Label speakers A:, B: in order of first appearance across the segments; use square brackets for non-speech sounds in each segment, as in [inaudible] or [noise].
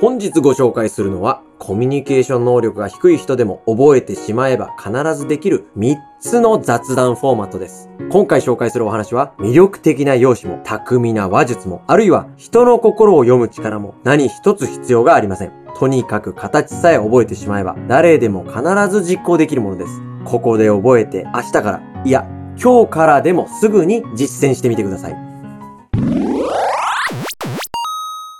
A: 本日ご紹介するのは、コミュニケーション能力が低い人でも覚えてしまえば必ずできる3つの雑談フォーマットです。今回紹介するお話は、魅力的な容姿も、巧みな話術も、あるいは人の心を読む力も何一つ必要がありません。とにかく形さえ覚えてしまえば、誰でも必ず実行できるものです。ここで覚えて、明日から、いや、今日からでもすぐに実践してみてください。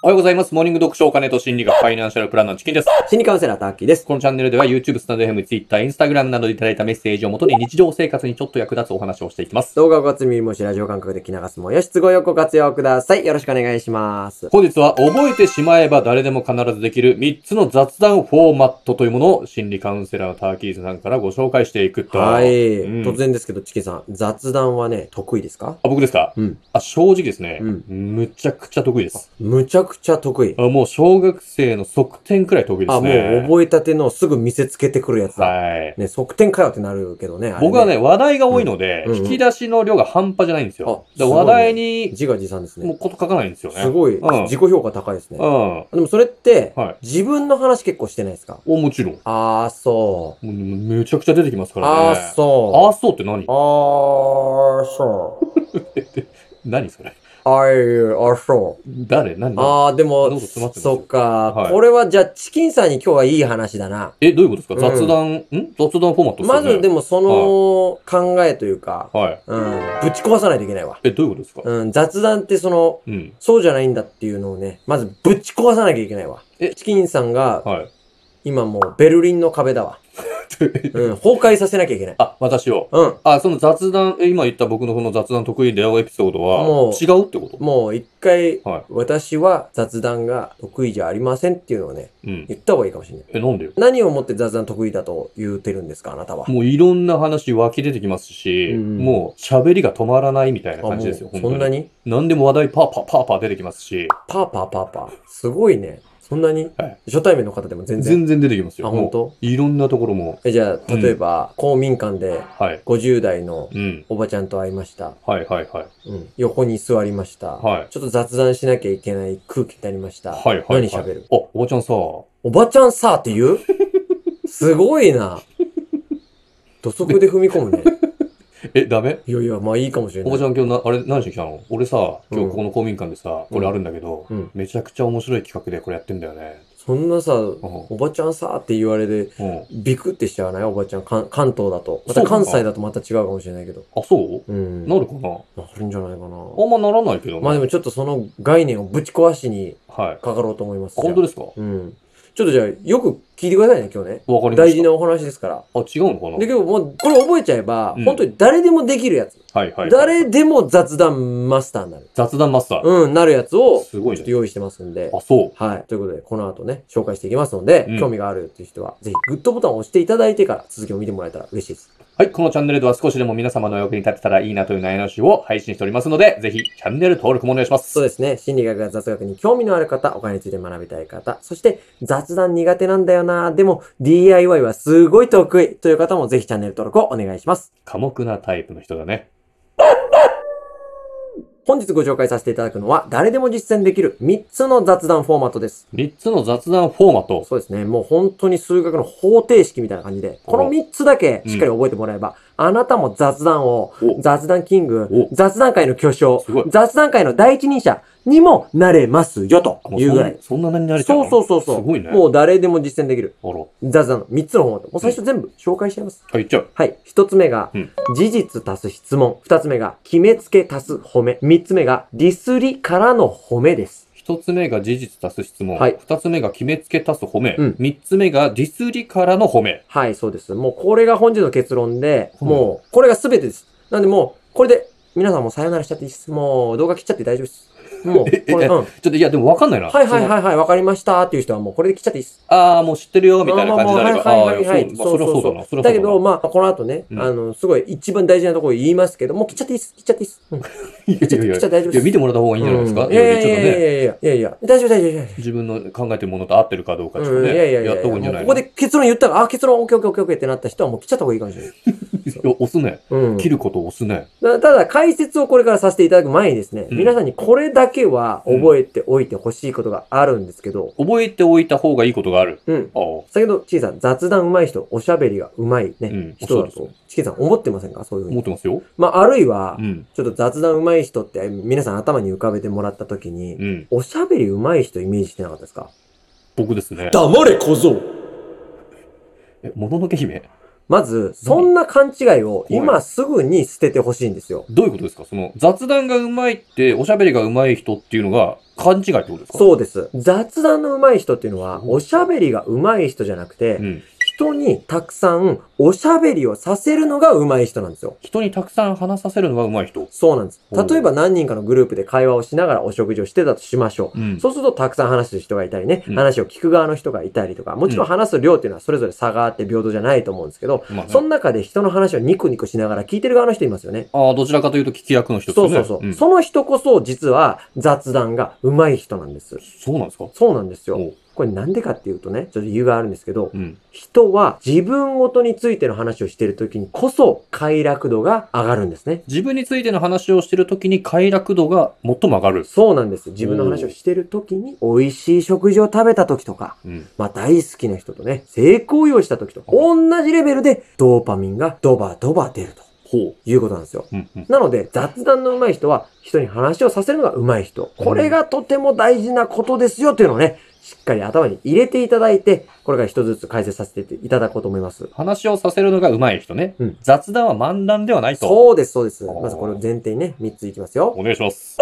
B: おはようございます。モーニング読書お金と心理学ファイナンシャルプランナーのチキンです。
A: 心理カウンセラータッキーです。
B: このチャンネルでは YouTube、スタンド FM、Twitter、Instagram などでいただいたメッセージをもとに日常生活にちょっと役立つお話をしていきます。
A: 動画をごつみもしラジオ感覚で聞き流すもよしつごよご活用ください。よろしくお願いします。
B: 本日は覚えてしまえば誰でも必ずできる3つの雑談フォーマットというものを心理カウンセラーのターキーズさんからご紹介していくと。
A: はい、
B: うん
A: 突然ですけど、チキさん、雑談はね、得意ですか
B: あ、僕ですか
A: うん。
B: あ、正直ですね。
A: うん
B: むちゃくちゃ得意です。
A: むちゃくちゃ得意。
B: あもう小学生の側転くらい得意で
A: あ、
B: す
A: も
B: ね。
A: う覚えたてのすぐ見せつけてくるやつだ。
B: はい。
A: ね、側転かよってなるけどね。あれ
B: 僕はね、、話題が多いので、
A: うんうんうん
B: 引き出しの量が半端じゃないんですよ。
A: あ
B: だ
A: すご
B: か
A: い
B: ら
A: ね
B: 話題に、
A: 自画自賛です
B: もう
A: ね。
B: こと書かないんですよね。
A: すごい、
B: うん
A: 自己評価高いですね。
B: うん。は
A: でもそれって、
B: い。
A: 自分の話結構してないですか
B: お、もちろん。も
A: あー、そう
B: めちゃくちゃ出てきますか
A: う。
B: ら
A: あ
B: ね。
A: ー、そ
B: あーそうって何
A: う。あー、そう。
B: 何それ
A: あいう、あー、そう。
B: 誰何何
A: ああ、でも
B: 喉詰まっ、てます
A: そっか、
B: はい
A: これはじゃあ、チキンさんに今日はいい話だな。
B: え、どういうことですか
A: うん
B: 雑談、ん雑談フォーマット
A: まずで
B: も。
A: も、その考えというか、
B: はい。
A: うん、ぶち壊さないといけないわ。
B: え、どういうことですか
A: うん、雑談ってその、
B: うん。
A: そうじゃないんだっていうのをね、まずぶち壊さなきゃいけないわ。
B: え
A: チキンさんが、
B: はい。 [laughs]
A: 今もうベルリンの壁だわ。うん、崩壊させなきゃいけない。
B: あ、私を。
A: うん、
B: あ、その雑談、え、今言った僕のこの雑談得意だよエピソード
A: もう、
B: は違うってこと
A: もう一回、
B: はい
A: 私は雑談が得意じゃありませんっていうのをね、
B: うん。
A: 言った方がいいかもしれない。
B: え、なんでよ
A: 何をもって雑談得意だと言ってるんですか、あなたは。
B: もういろんな話湧き出てきますし、
A: うん
B: もう喋りが止まらないみたいな感じですよ、
A: あも
B: 本
A: う
B: 当
A: そんな
B: に。
A: に
B: 何でも話題パーパーパーパー出てきますし、
A: パーパーパーパー。すごいね。そんなに、
B: はい
A: 初対面の方でも全
B: 全
A: 然。
B: 然出てきますよ。
A: あ本当
B: もういろんなところも。
A: えじゃあ、例えば、公民館で
B: はい。
A: 50代の
B: うん。
A: おばちゃんと会いました。
B: はいはいはい。
A: うん、横に座りました、
B: はい
A: ちょっと雑談しなきゃいけない空気になりました。
B: はいはい、は
A: 何
B: い。
A: 喋る
B: あ、おばちゃんさ、
A: おばちゃんさーって言う [laughs] すごいな。土足で踏み込むね。
B: え、ダメ
A: いやいや、まあいいかもしれな
B: お
A: い。
B: ばちゃん今日な、あれ何してきたの俺さ、今
A: うん
B: 日ここの公民館でさ、これあるんだけど、
A: うん
B: めちゃくちゃ面白い企画でこれやってんだよね。
A: そんなさ、
B: うん。
A: おばちゃんさーって言われて、
B: うん、
A: ビクってしちゃわないおばちゃんかん関東だと。ま
B: そ
A: た
B: うなの
A: 関西だとまた違うかもしれないけど。
B: あ、そ
A: う
B: う
A: ん。
B: なるかな
A: なるんじゃないかな。
B: あんまならないけどね。
A: まあでもちょっとその概念をぶち壊しに
B: はい。あ
A: かかろうと思います。
B: 本当
A: で
B: ですかわか
A: うん。ちょっとじゃあ、よく聞いてくださいね、今日ね。
B: りました。
A: 大事なお話ですから。
B: あ、違うのかな
A: で、今日もう、これ覚えちゃえば、
B: うん
A: 本当に誰でもできるやつ。
B: はいはいはい。
A: 誰でも雑談マスターになる。
B: 雑談マスター。
A: うん、なるやつを、
B: すごい
A: ちょっと
B: ね。
A: 用意してますんで。
B: あ、そう。
A: はい。ということで、この後ね、紹介していきますので、
B: うん
A: 興味があるっていう人は、ぜひ、グッドボタンを押していただいてから、続きを見てもらえたら嬉しいです。
B: はい、このチャンネルでは少しでも皆様のお役に立てたらいいなという内容の集を配信しておりますので、ぜひチャンネル登録もお願いします。
A: そうですね。心理学や雑学に興味のある方、お金について学びたい方、そして雑談苦手なんだよな、でも DIY はすごい得意という方もぜひチャンネル登録をお願いします。
B: 寡黙なタイプの人だね。
A: 本日ご紹介させていただくのは、誰でも実践できる3つの雑談フォーマットです。
B: 3つの雑談フォーマット。
A: そうですね。もう本当に数学の方程式みたいな感じで、この3つだけしっかり覚えてもらえば、あなたも雑談を
B: お、
A: 雑談キング、
B: お
A: 雑談界の巨匠
B: すごい、
A: 雑談界の第一人者にもなれますよ、と
B: あも
A: いうぐらい。
B: そんそんなに慣れちゃう
A: そうそううそうそう。
B: すごいね
A: もう誰でも実践できる。
B: そう。あら。
A: 雑談の3つの方法。もう最初全部紹介しちゃいます。
B: あ、言っちゃう。
A: はい。1つ目が
B: うん、
A: 事実足す質問。2つ目が、決めつけ足す褒め。3つ目が、ディスりからの褒めです。
B: 一つ目が事実足す質問。
A: はい
B: 二つ目が決めつけ足す褒め。
A: うん
B: 三、つ目がディスりからの褒め。
A: はい、そうです。もうこれが本日の結論で、
B: うん
A: もう、これが全てです。なんでもう、これで、皆さんもうさよならしちゃっていいです。もう、動画切っちゃって大丈夫です。もう、こ
B: [laughs] ええ
A: れ、
B: え
A: うん。は
B: ちょっと、いや、でもわかんないな。
A: いはい
B: い。
A: はいはい、わかりましたっていう人はもうこれで切っちゃっていいです。
B: ああ、もう知ってるよ、みたいな感じであれ
A: まあ
B: ば。
A: まあまあはいはいはい
B: あーいやそう、まあ、そりゃそうだな。そりゃそう
A: だ
B: だ
A: け
B: な
A: ど、、まあ、この後ね、
B: うん
A: あの、すごい一番大事なところ言いますけど、もう切っちゃっていいです。切っちゃっていいです。うん
B: いやいやい
A: めっちゃ大丈夫
B: や、
A: で
B: い
A: す
B: や見てもらった方がいいんじゃないですか。
A: うんいやいやい
B: ちょっ
A: や
B: と
A: い
B: ね。
A: やいやいやいや、大丈夫大丈夫大丈夫。
B: 自分の考えてるものと合ってるかどうかちょっと
A: うん
B: ね、
A: いやいやいや
B: やった方がいいんじゃない
A: もう
B: の
A: ここで結論言ったら、あ、結論、オッケーオッケーオッケーオッケーってなった人はもう来ちゃった方がいいかもしれない。そう
B: 押すね。
A: うん。
B: 切ることを押すね。
A: たただ、解説をこれからさせていただく前にですね、
B: うん
A: 皆さんにこれだけは覚えておいてほしいことがあるんですけど、
B: 覚えておいた方がいいことがある。
A: うん。
B: ああ。
A: 先ほど、チキさん、雑談上手い人、おしゃべりが上手いね、
B: うん
A: 人
B: そう
A: だ
B: です
A: と
B: ね、
A: チキさん思ってませんかそういうふう
B: 思っ
A: に。
B: てますよ。
A: まあ、あるいは
B: う、ん。
A: ちょっと雑談上手い人って、皆さん頭に浮かべてもらったときに、
B: うん。
A: おしゃべり上手い人イメージしてなかったですか
B: 僕ですね。
A: 黙れ小僧
B: え、もののけ姫
A: まず、そんな勘違いを今すぐに捨ててほしいんですよ。
B: どういうことですかその、雑談が上手いって、おしゃべりが上手い人っていうのが、勘違いってことですかう。
A: そうです。雑談の上手い人っていうのは、おしゃべりが上手い人じゃなくて、
B: うん。
A: 人にたくさんおしゃべりをさせるのが上手い人なんですよ。
B: 人にたくさん話させるのが上手い人。
A: そうなんです。
B: ほう
A: 例えば何人かのグループで会話をしながらお食事をしてたとしましょう。
B: うん。
A: そうするとたくさん話す人がいたりね、
B: うん
A: 話を聞く側の人がいたりとか、もちろん
B: うん
A: 話す量っていうのはそれぞれ差があって平等じゃないと思うんですけど、
B: まあね、
A: その中で人の話をニコニコしながら聞いてる側の人いますよね。
B: ああ、どちらかというと聞き役の人
A: そ
B: で
A: う
B: す
A: そう
B: ね。
A: そう。
B: ん
A: その人こそ実は雑談が上手い人なんです。
B: そうなんですか
A: そうなんですよ。
B: おう
A: これなんでかっていうとね、ちょっと理由があるんですけど、
B: うん。
A: 人は自分ごとについての話をしているときにこそ快楽度が上がるんですね。
B: 自分についての話をしてるときに快楽度が最も上がる。
A: そうなんです。自分の話をしているときに、美味しい食事を食べたときとか、
B: うん。
A: まあ大好きな人とね、成功用意したときと同じレベルでドーパミンがドバドバ出ると
B: ほ
A: いうことなんですよ。
B: う。うん、うん。
A: なので、雑談の上手い人は、人に話をさせるのが上手い人。これがとても大事なことですよというのをね、しっかり頭に入れていただいて、これから一つずつ解説させていただこうと思います。
B: 話をさせるのが上手い人ね。
A: うん
B: 雑談は漫談ではないと。
A: そうです、そうです。
B: おー
A: まずこれを前提にね、3ついきますよ。
B: お願いします。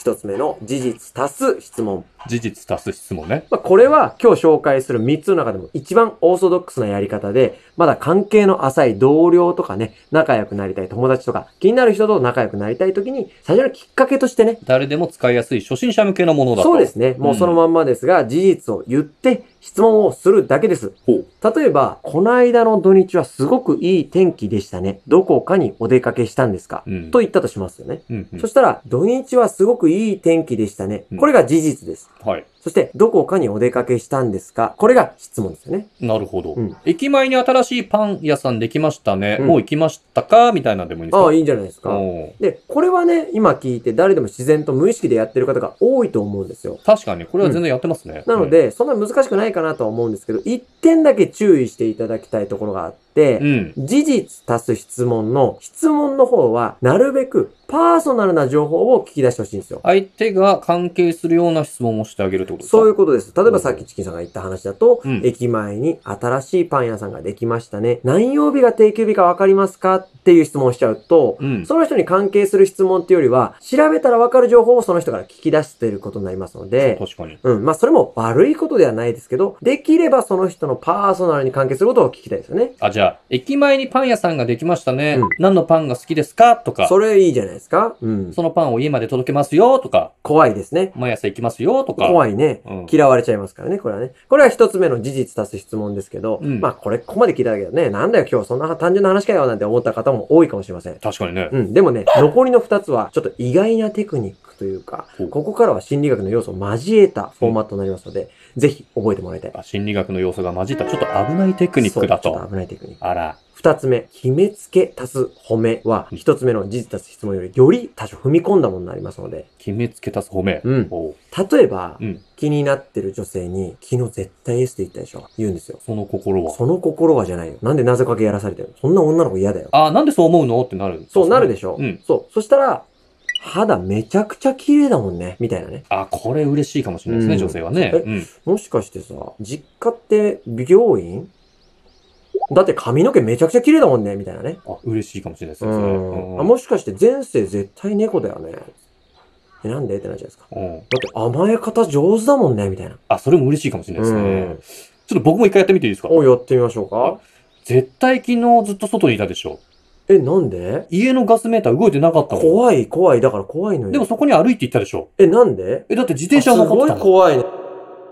A: 1つ目の、事実足す質問。
B: 事実足す質問ね。
A: まあ、これは今日紹介する3つの中でも一番オーソドックスなやり方で、まだ関係の浅い同僚とかね、仲良くなりたい友達とか、気になる人と仲良くなりたい時に、最初のきっかけとしてね、
B: 誰でも使いやすい初心者向けのものだと。
A: そうで。すね。もうそのまんまですが、事実を言って質問をするだけです。
B: ほう。
A: 例えば、この間の土日はすごくいい天気でしたね。どこかにお出かけしたんですか
B: うん。
A: と言ったとしますよね。
B: うん、うん
A: そ。したら、土日はすごくいい天気でしたね
B: う。ん
A: これが事実です。
B: はい。
A: そして、どこかにお出かけしたんですかこれが質問ですよね。
B: なるほど、
A: うん
B: 駅前に新しいパン屋さんできましたね。
A: うん
B: もう行きましたかみたいなんでもいいんですか
A: ああ、
B: い
A: いいんじゃないですか。
B: か。
A: で、これはね、今聞いて誰でも自然と無意識でやってる方が多いと思うんですよ。
B: 確かに、これは全然やってますね。
A: なので、そんな難しくないかなとは思うんですけど、一点だけ注意していただきたいところがあっ
B: うん、
A: て、
B: うん。
A: 事実足す質問の、質問の方は、なるべくパーソナルな情報を聞き出してほしいんですよ。
B: 相手が関係するような質問をしてあげるってことですか
A: そういうことです。例えばさっきチキンさんが言った話だと、
B: うん
A: 駅前に新しいパン屋さんができましたね。何曜日が定休日かわかりますかっていう質問をしちゃうと、
B: うん。
A: その人に関係する質問っていうよりは、調べたらわかる情報をその人から聞き出していることになりますので、
B: 確かに。
A: うん。まあ、それも悪いことではないですけど、できればその人のパーソナルに関係することを聞きたいですよね。
B: あ、じゃあ、駅前にパン屋さんができましたね。
A: うん
B: 何のパンが好きですかとか
A: それいいじゃないですか。うん。
B: そのパンを家まで届けますよとか、
A: 怖いですね。
B: 毎朝行きますよとか。
A: 怖いね。
B: うん。
A: 嫌われちゃいますからね、これはね。これは一つ目の事実足す質問ですけど、
B: うん
A: まあこれ、ここまで聞いただけどね、なんだよ今日そんな単純な話かよなんて思った方も多いかもしれません。
B: 確かにね。
A: うん、でもね、残りの2つはちょっと意外なテクニックというか
B: ほう、
A: ここからは心理学の要素を交えたフォーマットになりますので、ぜひ覚えてもらいたい。
B: あ心理学の要素が混じった、ちょっと危ないテクニックだ
A: そうちょっ
B: と。
A: と危ないテクニック。
B: あら。
A: 2つ目、決めつけ足す褒めは、
B: うん
A: 1つ目の事実足す質問よりより多少踏み込んだものになりますので、
B: 決めつけ足す褒め。
A: うん
B: おう
A: 例えば
B: う、ん。
A: 気になってる女性に、昨日絶対 S って言ったでしょ言うんですよ。
B: その心は。
A: その心はじゃないよ。なんで謎かけやらされてるのそんな女の子嫌だよ。
B: あ、なんでそう思うのってなる。
A: そうなるでしょ、
B: うん
A: そう。そしたら、肌めちゃくちゃ綺麗だもんね。みたいなね。
B: あ、これ嬉しいかもしれないですね、
A: うん
B: 女性はね。
A: え
B: うん。
A: もしかしてさ、実家って美容院だって髪の毛めちゃくちゃ綺麗だもんね。みたいなね。
B: あ、嬉しいかもしれないです
A: う
B: ね、それ。
A: ん。あ、もしかして前世絶対猫だよね。え、なんでってなっちゃうんですか。
B: うん。
A: だって甘え方上手だもんね。みたいな。
B: あ、それも嬉しいかもしれないです
A: う
B: ね
A: ん。
B: ちょっと僕も一回やってみていいですか
A: お、やってみましょうか。
B: 絶対昨日ずっと外にいたでしょ。
A: え、なんで
B: 家のガスメーター動いてなかったもん。
A: 怖い、怖い。だから怖いのよ。
B: でもそこに歩いて行ったでしょ。
A: え、なんで
B: え、だって自転車は
A: あす
B: 残っ
A: ご
B: て
A: い
B: たもん
A: 怖いね。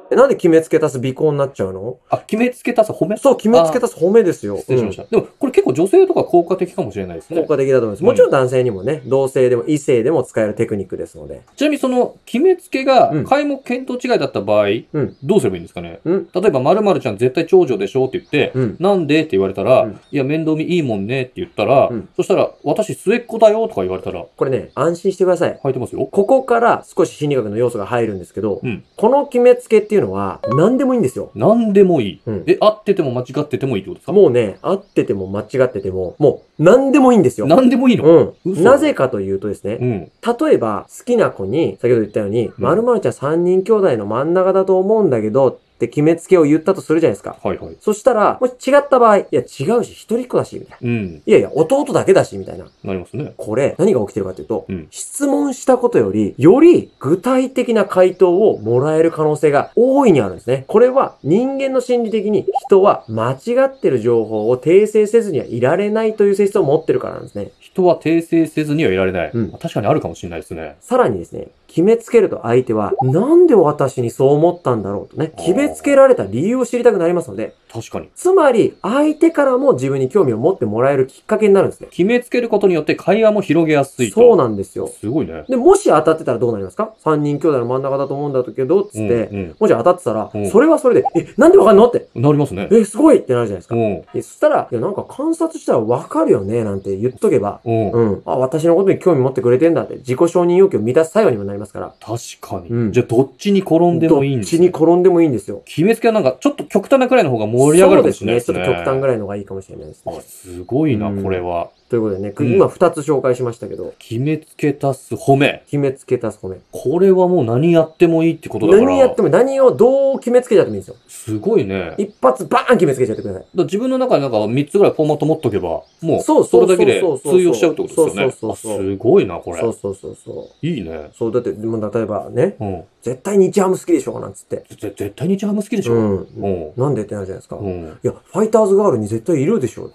A: えなんで決めつけ足す尾行になっちゃうの
B: あ、決めつけ足す褒め
A: そう、決めつけ足す褒めですよ。
B: 失礼しました。でも、これ結構女性とか効果的かもしれないです
A: うん
B: ね
A: 効。果的だと思います。もちろん男性にもね、同性でも異性でも使えるテクニックですので。
B: ちなみにその決めつけが
A: うん
B: 皆目見当違いだった場合、
A: うん
B: どうすればいいんですかね
A: うん。
B: 例えば、〇〇ちゃん絶対長女でしょって言って、
A: うん。
B: なんでって言われたら、
A: うん
B: いや、面倒見いいもんねって言ったら、
A: うん
B: そしたら、私末っ子だよとか言われたら、
A: これね、安心してください。
B: 履いてますよ。
A: ここから少し心理学の要素が入るんですけど、
B: うん
A: この決めつけっていうのは何でもいいんですよ。
B: なんでもいい。
A: うん
B: え、合ってても間違っててもいいってことですか
A: もうね、合ってても間違ってても、もう何でもいいんですよ。
B: なんでもいいの
A: うん。
B: 嘘
A: なぜかというとですね、
B: うん。
A: 例えば好きな子に、先ほど言ったように、
B: ん
A: 〇〇ちゃん3人兄弟の真ん中だと思うんだけどって決めつけを言ったとするじゃないですか。
B: はいはい。
A: そしたら、もし違った場合、いや違うし、一人っ子だし、みたいな。
B: うん。
A: いやいや、弟だけだし、みたいな。
B: なりますね。
A: これ、何が起きてるかというと、
B: うん
A: 質問したことより、より具体的な回答をもらえる可能性が大いにあるんですね。これは人間の心理的に人は間違ってる情報を訂正せずにはいられないという性質を持ってるからなんですね。
B: 人は訂正せずにはいられない。
A: うん
B: 確かにあるかもしれないですね。
A: さらにですね、決めつけると相手は、なんで私にそう思ったんだろうとね、
B: あー
A: 決めつけられた理由を知りたくなりますので、
B: 確かに。
A: つまり相手からも自分に興味を持ってもらえるきっかけになるんですね。
B: 決めつけることによって会話も広げやすいと。
A: そうなんですよ。
B: すごいね。
A: で、もし当たってたらどうなりますか ?3 人兄弟の真ん中だと思うんだけど、つって、
B: うん
A: もし当たってたら、
B: うん
A: それはそれで、え、なんでわかんのって、
B: うん、なりますね。
A: え、すごいってなるじゃないです
B: う
A: か。
B: ん。
A: えそしたら、いや、なんか観察したらわかるよね、なんて言っとけば、
B: うん。
A: うん。あ、私のことに興味持ってくれてんだって、自己承認要求を満たす作用にもなりますから。
B: 確かに。
A: うん
B: じゃあ、どっちに転んでもいい
A: ど
B: ん
A: っ
B: です、
A: ちに
B: ね、
A: 転んでもいいんですよ。
B: 決めつけはなんか、ちょっと極端なくらいの方が盛り上がるかもしれないです
A: そう
B: ね。
A: ですね。ちょっと極端ぐらいの方がいいかもしれないですね
B: あ、。すごいな、
A: うん
B: これは。
A: ということでね、く
B: うん
A: 今2つ紹介しましたけど、
B: 決めつけ足す褒め。
A: 決めつけ足す褒め。
B: これはもう何やってもいいってことだから。
A: 何やっても何をどう決めつけちゃってもいいんですよ。
B: すごいね。だか
A: 一発バーン決めつけちゃってください。
B: ら自分の中でなんか3つぐらいフォーマット持っとけば、もう、
A: そうそうそ
B: それ
A: う
B: だけで
A: そうそう
B: 通用しちゃうってことですよね。
A: そうそうそうそう
B: あすごいな、これ
A: そ。うそうそうそう。
B: いいね。
A: そう、だって、もう例えばね、
B: うん。
A: 絶対日ハム好きでしょなんつって。
B: ぜ絶対日ハム好きでしょ。
A: う。
B: うんん。
A: なんでってなるじゃないですか。
B: う
A: い
B: ん。
A: や、ファイターズガールに絶対いるでしょ。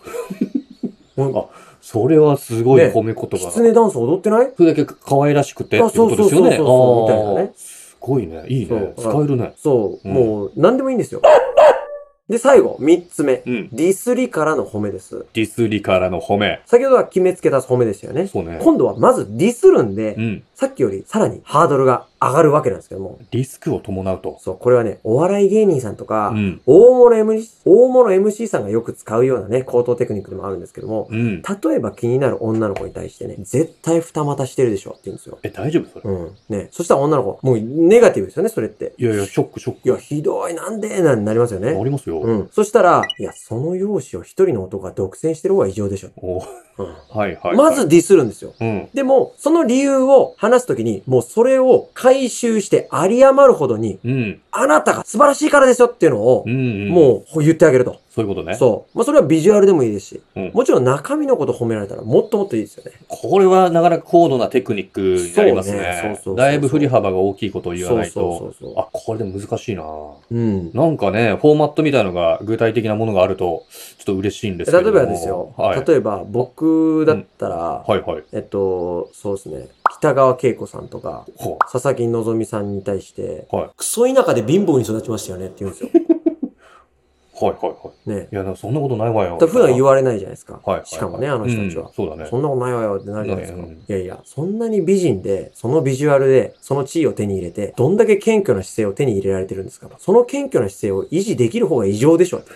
A: うん
B: それはすごい
A: ね
B: 褒め言葉
A: キ
B: だ。
A: ツネダンス踊ってない
B: それだけ可愛らしくて
A: あ
B: ってことです
A: そう
B: よね。
A: そうそうそうそうみたいなね
B: あーすごいね。いいね。
A: そ
B: 使
A: う
B: えるね。
A: そう、
B: うん
A: もう、何でもいいんですよ。で、最後、三つ目。
B: うん。
A: ディスりからの褒めです。
B: ディスりからの褒め。
A: 先ほどは決めつけ出す褒めでしたよね。
B: そうね。
A: 今度はまずディスるんで、
B: うん。
A: さっきよりさらにハードルが上がるわけなんですけども。
B: リスクを伴うと。
A: そう、これはね、お笑い芸人さんとか、
B: うん。
A: 大物 MC、大物 MC さんがよく使うようなね、口頭テクニックでもあるんですけども、
B: う
A: 例
B: ん。
A: えば気になる女の子に対してね、絶対二股してるでしょって言うんですよ。
B: え、大丈夫それ。
A: うん。ね。そしたら女の子、もうネガティブですよね、それって。
B: いやいや、ショック、ショッ
A: い
B: ク。
A: や、ひどい、なんでなんてなりますよ
B: あ
A: ね。
B: りますよ。
A: うん。そしたら、いや、その容姿を一人の男が独占してる方が異常でしょ。
B: お
A: うん。
B: はいはいはい。
A: まず、ディスるんですよ。
B: うん。
A: でも、その理由を話すときに、もうそれを回収して有り余るほどに、
B: うん。
A: あなたが素晴らしいからですよっていうのを
B: う、ん。うん。
A: もう言ってあげると。
B: そういうことね。
A: そう。まあ、それはビジュアルでもいいですし、
B: うん
A: もちろん中身のこと褒められたらもっともっといいですよね。
B: これはなかなか高度なテクニックになります
A: そうねそうそうそう
B: ね
A: そ。う
B: だいぶ振り幅が大きいことを言わない
A: そ
B: と。
A: うそうそうそ
B: あ、これでも難しいな
A: う。うん。
B: なんかね、フォーマットみたいのが具体的なものがあると、ちょっと嬉しいんですけ
A: 例
B: れ
A: え
B: ども。
A: ばですよ、
B: はい。
A: 例えば僕だったら、
B: はいはい。
A: えっと、そうですね、北川景子さんとか、
B: ほ
A: 佐々木希さんに対して、
B: はい
A: クソ田舎で貧乏に育ちましたよねって言うん
B: [laughs]
A: ですよ。
B: うはいはいは
A: ね
B: い。。いや、なんかそんなことないわよ。
A: だから普段言
B: わ
A: われないじゃないですか。
B: はいはいはい
A: しかもね、あの人たちは。
B: うんそうだね。
A: そんなことないわよってなるじゃないですか。
B: ねうん
A: いやいや、そんなに美人で、そのビジュアルで、その地位を手に入れて、どんだけ謙虚な姿勢を手に入れられてるんですかその謙虚な姿勢を維持できる方が異常でしょ
B: [laughs]
A: って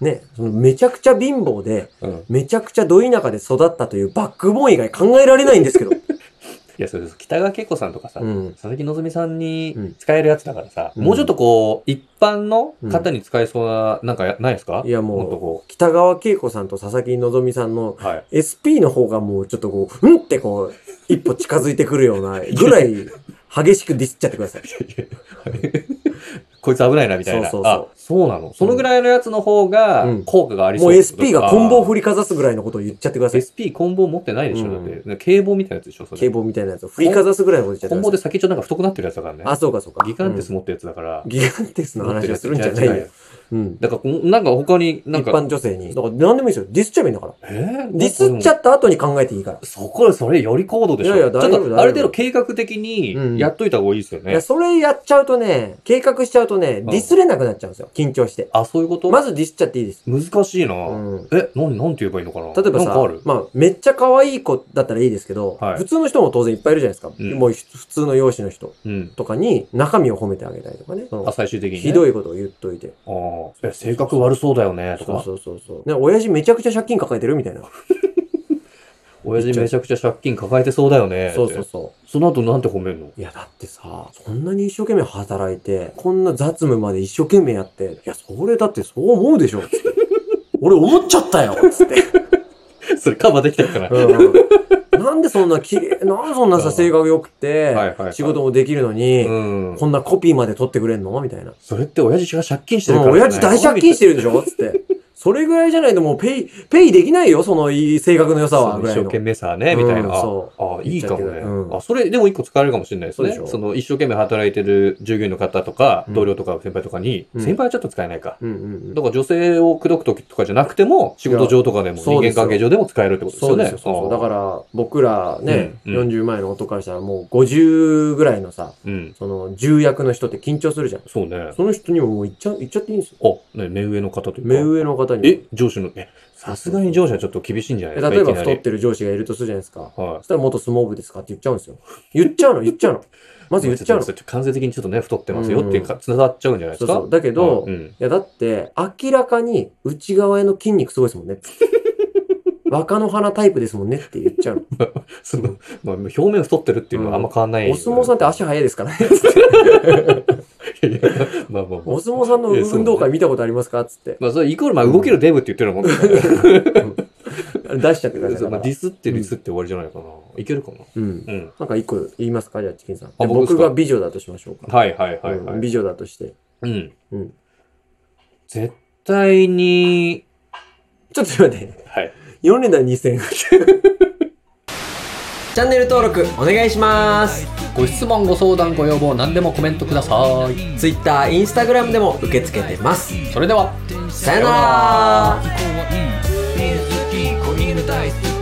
A: ね、そのめちゃくちゃ貧乏で、
B: うん。い
A: めちゃくちゃど田舎で育ったというバックボーン以外考えられないんです
B: [laughs]
A: けど。
B: や、そうです。北川景子さんとかさ
A: う、ん。
B: 佐々木希さんに
A: うん
B: 使えるやつだからさ、
A: うん
B: もうちょっとこう、一般の方に使えそうな、なんかやないですか
A: いや
B: もっと
A: もう、
B: こ
A: 北川景子さんと佐々木希さんの
B: う、はい。 [laughs]
A: SP の方がもうちょっとこう、うんってこう、一歩近づいてくるようなぐらい激しくディスっちゃってください。
B: こいつ危ないな、みたいな。
A: そうそうそう
B: あ、そうなの。そのぐらいのやつの方が
A: うん、
B: 効果がありそ
A: も
B: う
A: う
B: ってこと
A: SP が棍棒を振
B: り。
A: りかざすぐらいのことを言っちゃってください。
B: SP 棍棒持ってないでしょ、
A: うん
B: だって。警棒みたいなやつでしょ、それ。
A: 警棒みたいなやつを振りかざすぐらいのこと言っちゃっ
B: 棍
A: てく
B: 棒
A: だ
B: で
A: さ
B: 先っちょなんか太くなってるやつだからね
A: い。。あ、そうかそうか。
B: ギガンテス
A: うん
B: 持ったやつだから。
A: ギガンテスの話をするんじゃないよ。うん。
B: だからこう、なんか他に、な
A: 一
B: んか、
A: 般女性に。だから何でもいいですよ。ディスっちゃえばいいんだから。
B: えー
A: ディスっちゃった後に考えていいから。
B: そこ、それより高度でしょ。
A: いやいや
B: ちょ
A: 大
B: っ
A: 丈夫大丈
B: と、
A: 夫
B: ある程度計画的にやっといた方がいいですよ
A: い
B: ね
A: や、。それやっちゃうとね、計画しちゃうととね、
B: ん
A: ディスれなくなっちゃうんですよ。緊張して。
B: あ、そういうこと
A: まずディスっちゃっていいです。
B: 難しいな、
A: うん
B: え、なん、なんて言えばいいのかな
A: 例えば
B: なんか
A: さ
B: ある、
A: まあ、めっちゃ可愛い子だったらいいですけど、
B: はい
A: 普通の人も当然いっぱいいるじゃないですか。
B: うん
A: もうひ普通の容姿の人
B: うん。
A: とかに中身を褒めてあげたりとかね。そ
B: あ、
A: の
B: 最終的に、ね。
A: ひど
B: い。
A: いことを言っといて。
B: ああ。え、性格悪そうだよね、と
A: そう
B: か。
A: そうそうそう。ね、親父めちゃくちゃ借金抱えてるみたいな。
B: 親父めちゃくちゃ借金抱えてそうだよね。
A: そうそう
B: って
A: そ
B: その後なんて褒めるの
A: [laughs] う。いや、だってさ、そんなに一生懸命働いて、こんな雑務まで一生懸命やって、いや、それだってそう思うでしょ。 [laughs] つって俺思っちゃったよつって。
B: それカバーできたかな、
A: うん [laughs] なんでそんな綺麗、なんでそんな
B: う
A: さ、
B: ん
A: 性格良くて、
B: はいはいはい
A: 仕事もできるのに、
B: うん。
A: こんなコピーまで取ってくれんのみたいな。
B: それって親父が借金してるから、
A: もう
B: ね。
A: 親父大借金してるでしょつって。
B: [laughs]
A: それぐらいじゃないともうペイ、ペイできないよそのいい性格の良さは、
B: そう
A: ぐら
B: 一
A: いの。
B: 生懸命さね、みたいな。
A: うんそ
B: ああ、いいかもね、
A: うん
B: あ、それでも一個使われるかもしれないですね。
A: そう
B: そ
A: でしょ
B: の一生懸命働いてる従業員の方とか、
A: うん
B: 同僚とか先輩とかに、
A: うん
B: 先輩はちょっと使えないか。
A: うんうんうん
B: だ。から女性を口説くときとかじゃなくても、仕事上とかでも
A: いや
B: 人間関係上でも使えるってことです
A: そ
B: よ
A: う
B: ね。
A: ですよ、そうそう。
B: あ
A: だ
B: あ
A: から、僕らね、
B: うんうん
A: 40前の男からしたらもう50ぐらいのさ、
B: うん。
A: その重役の人って緊張するじゃん。
B: そうね。
A: その人にももう行っちゃ、行っちゃっていいんですよ。
B: あ、ね、目上の方というか。
A: 目上の方にも。
B: え、上司の、え、さすがに上司はちょっと厳しいんじゃない
A: え
B: ですか。
A: 例えば
B: いきな
A: 太
B: り
A: ってる上司がいるとするじゃないですか。
B: はい
A: そ。したら元相撲部ですかって言っちゃうんですよ。言っちゃうの、言っちゃうの。まず言っちゃう
B: [laughs]
A: の。
B: ち
A: そ
B: ょっと間接的にちょっとね、太ってますよっていうか、つながっちゃうんじゃないです
A: う
B: か。
A: そう。だけど、
B: う
A: い
B: ん。
A: やだって、明らかに内側への筋肉すごいです
B: [laughs]
A: もんね。若の花タイプですもんねって言っ
B: [laughs]
A: ちゃう
B: その、まあ、表面太ってるっていうのはあんま変わんない、
A: の。お相撲さんって足早いですから
B: [laughs]
A: ね。つって
B: いやいやまあまあまあ
A: お。相撲さんの運動会見たことありますかつって。
B: まあ、それイコール、まあ、動けるデブって言ってるもんだから。
A: 出しちゃってくださ
B: そ
A: いう
B: まあ、ディスってディスって終わりじゃないかな。いけるかな。
A: うん。
B: うん。
A: なんか一個言いますかじゃあ、チキンさん。
B: あ僕です
A: 僕
B: か
A: が美女だとしましょうか。
B: はいはいはいは
A: うん
B: い。
A: 美女だとして。
B: うん。
A: うん
B: 絶対に、
A: ちょっと待って。
B: はい。
A: 米田2000 [laughs] チャンネル登録お願いします
B: ご質問、ご相談、ご要望、何でもコメントください。
A: Twitter、Instagram でも受け付けてます
B: それでは。
A: さよなら
C: 「犬好き子犬大好き」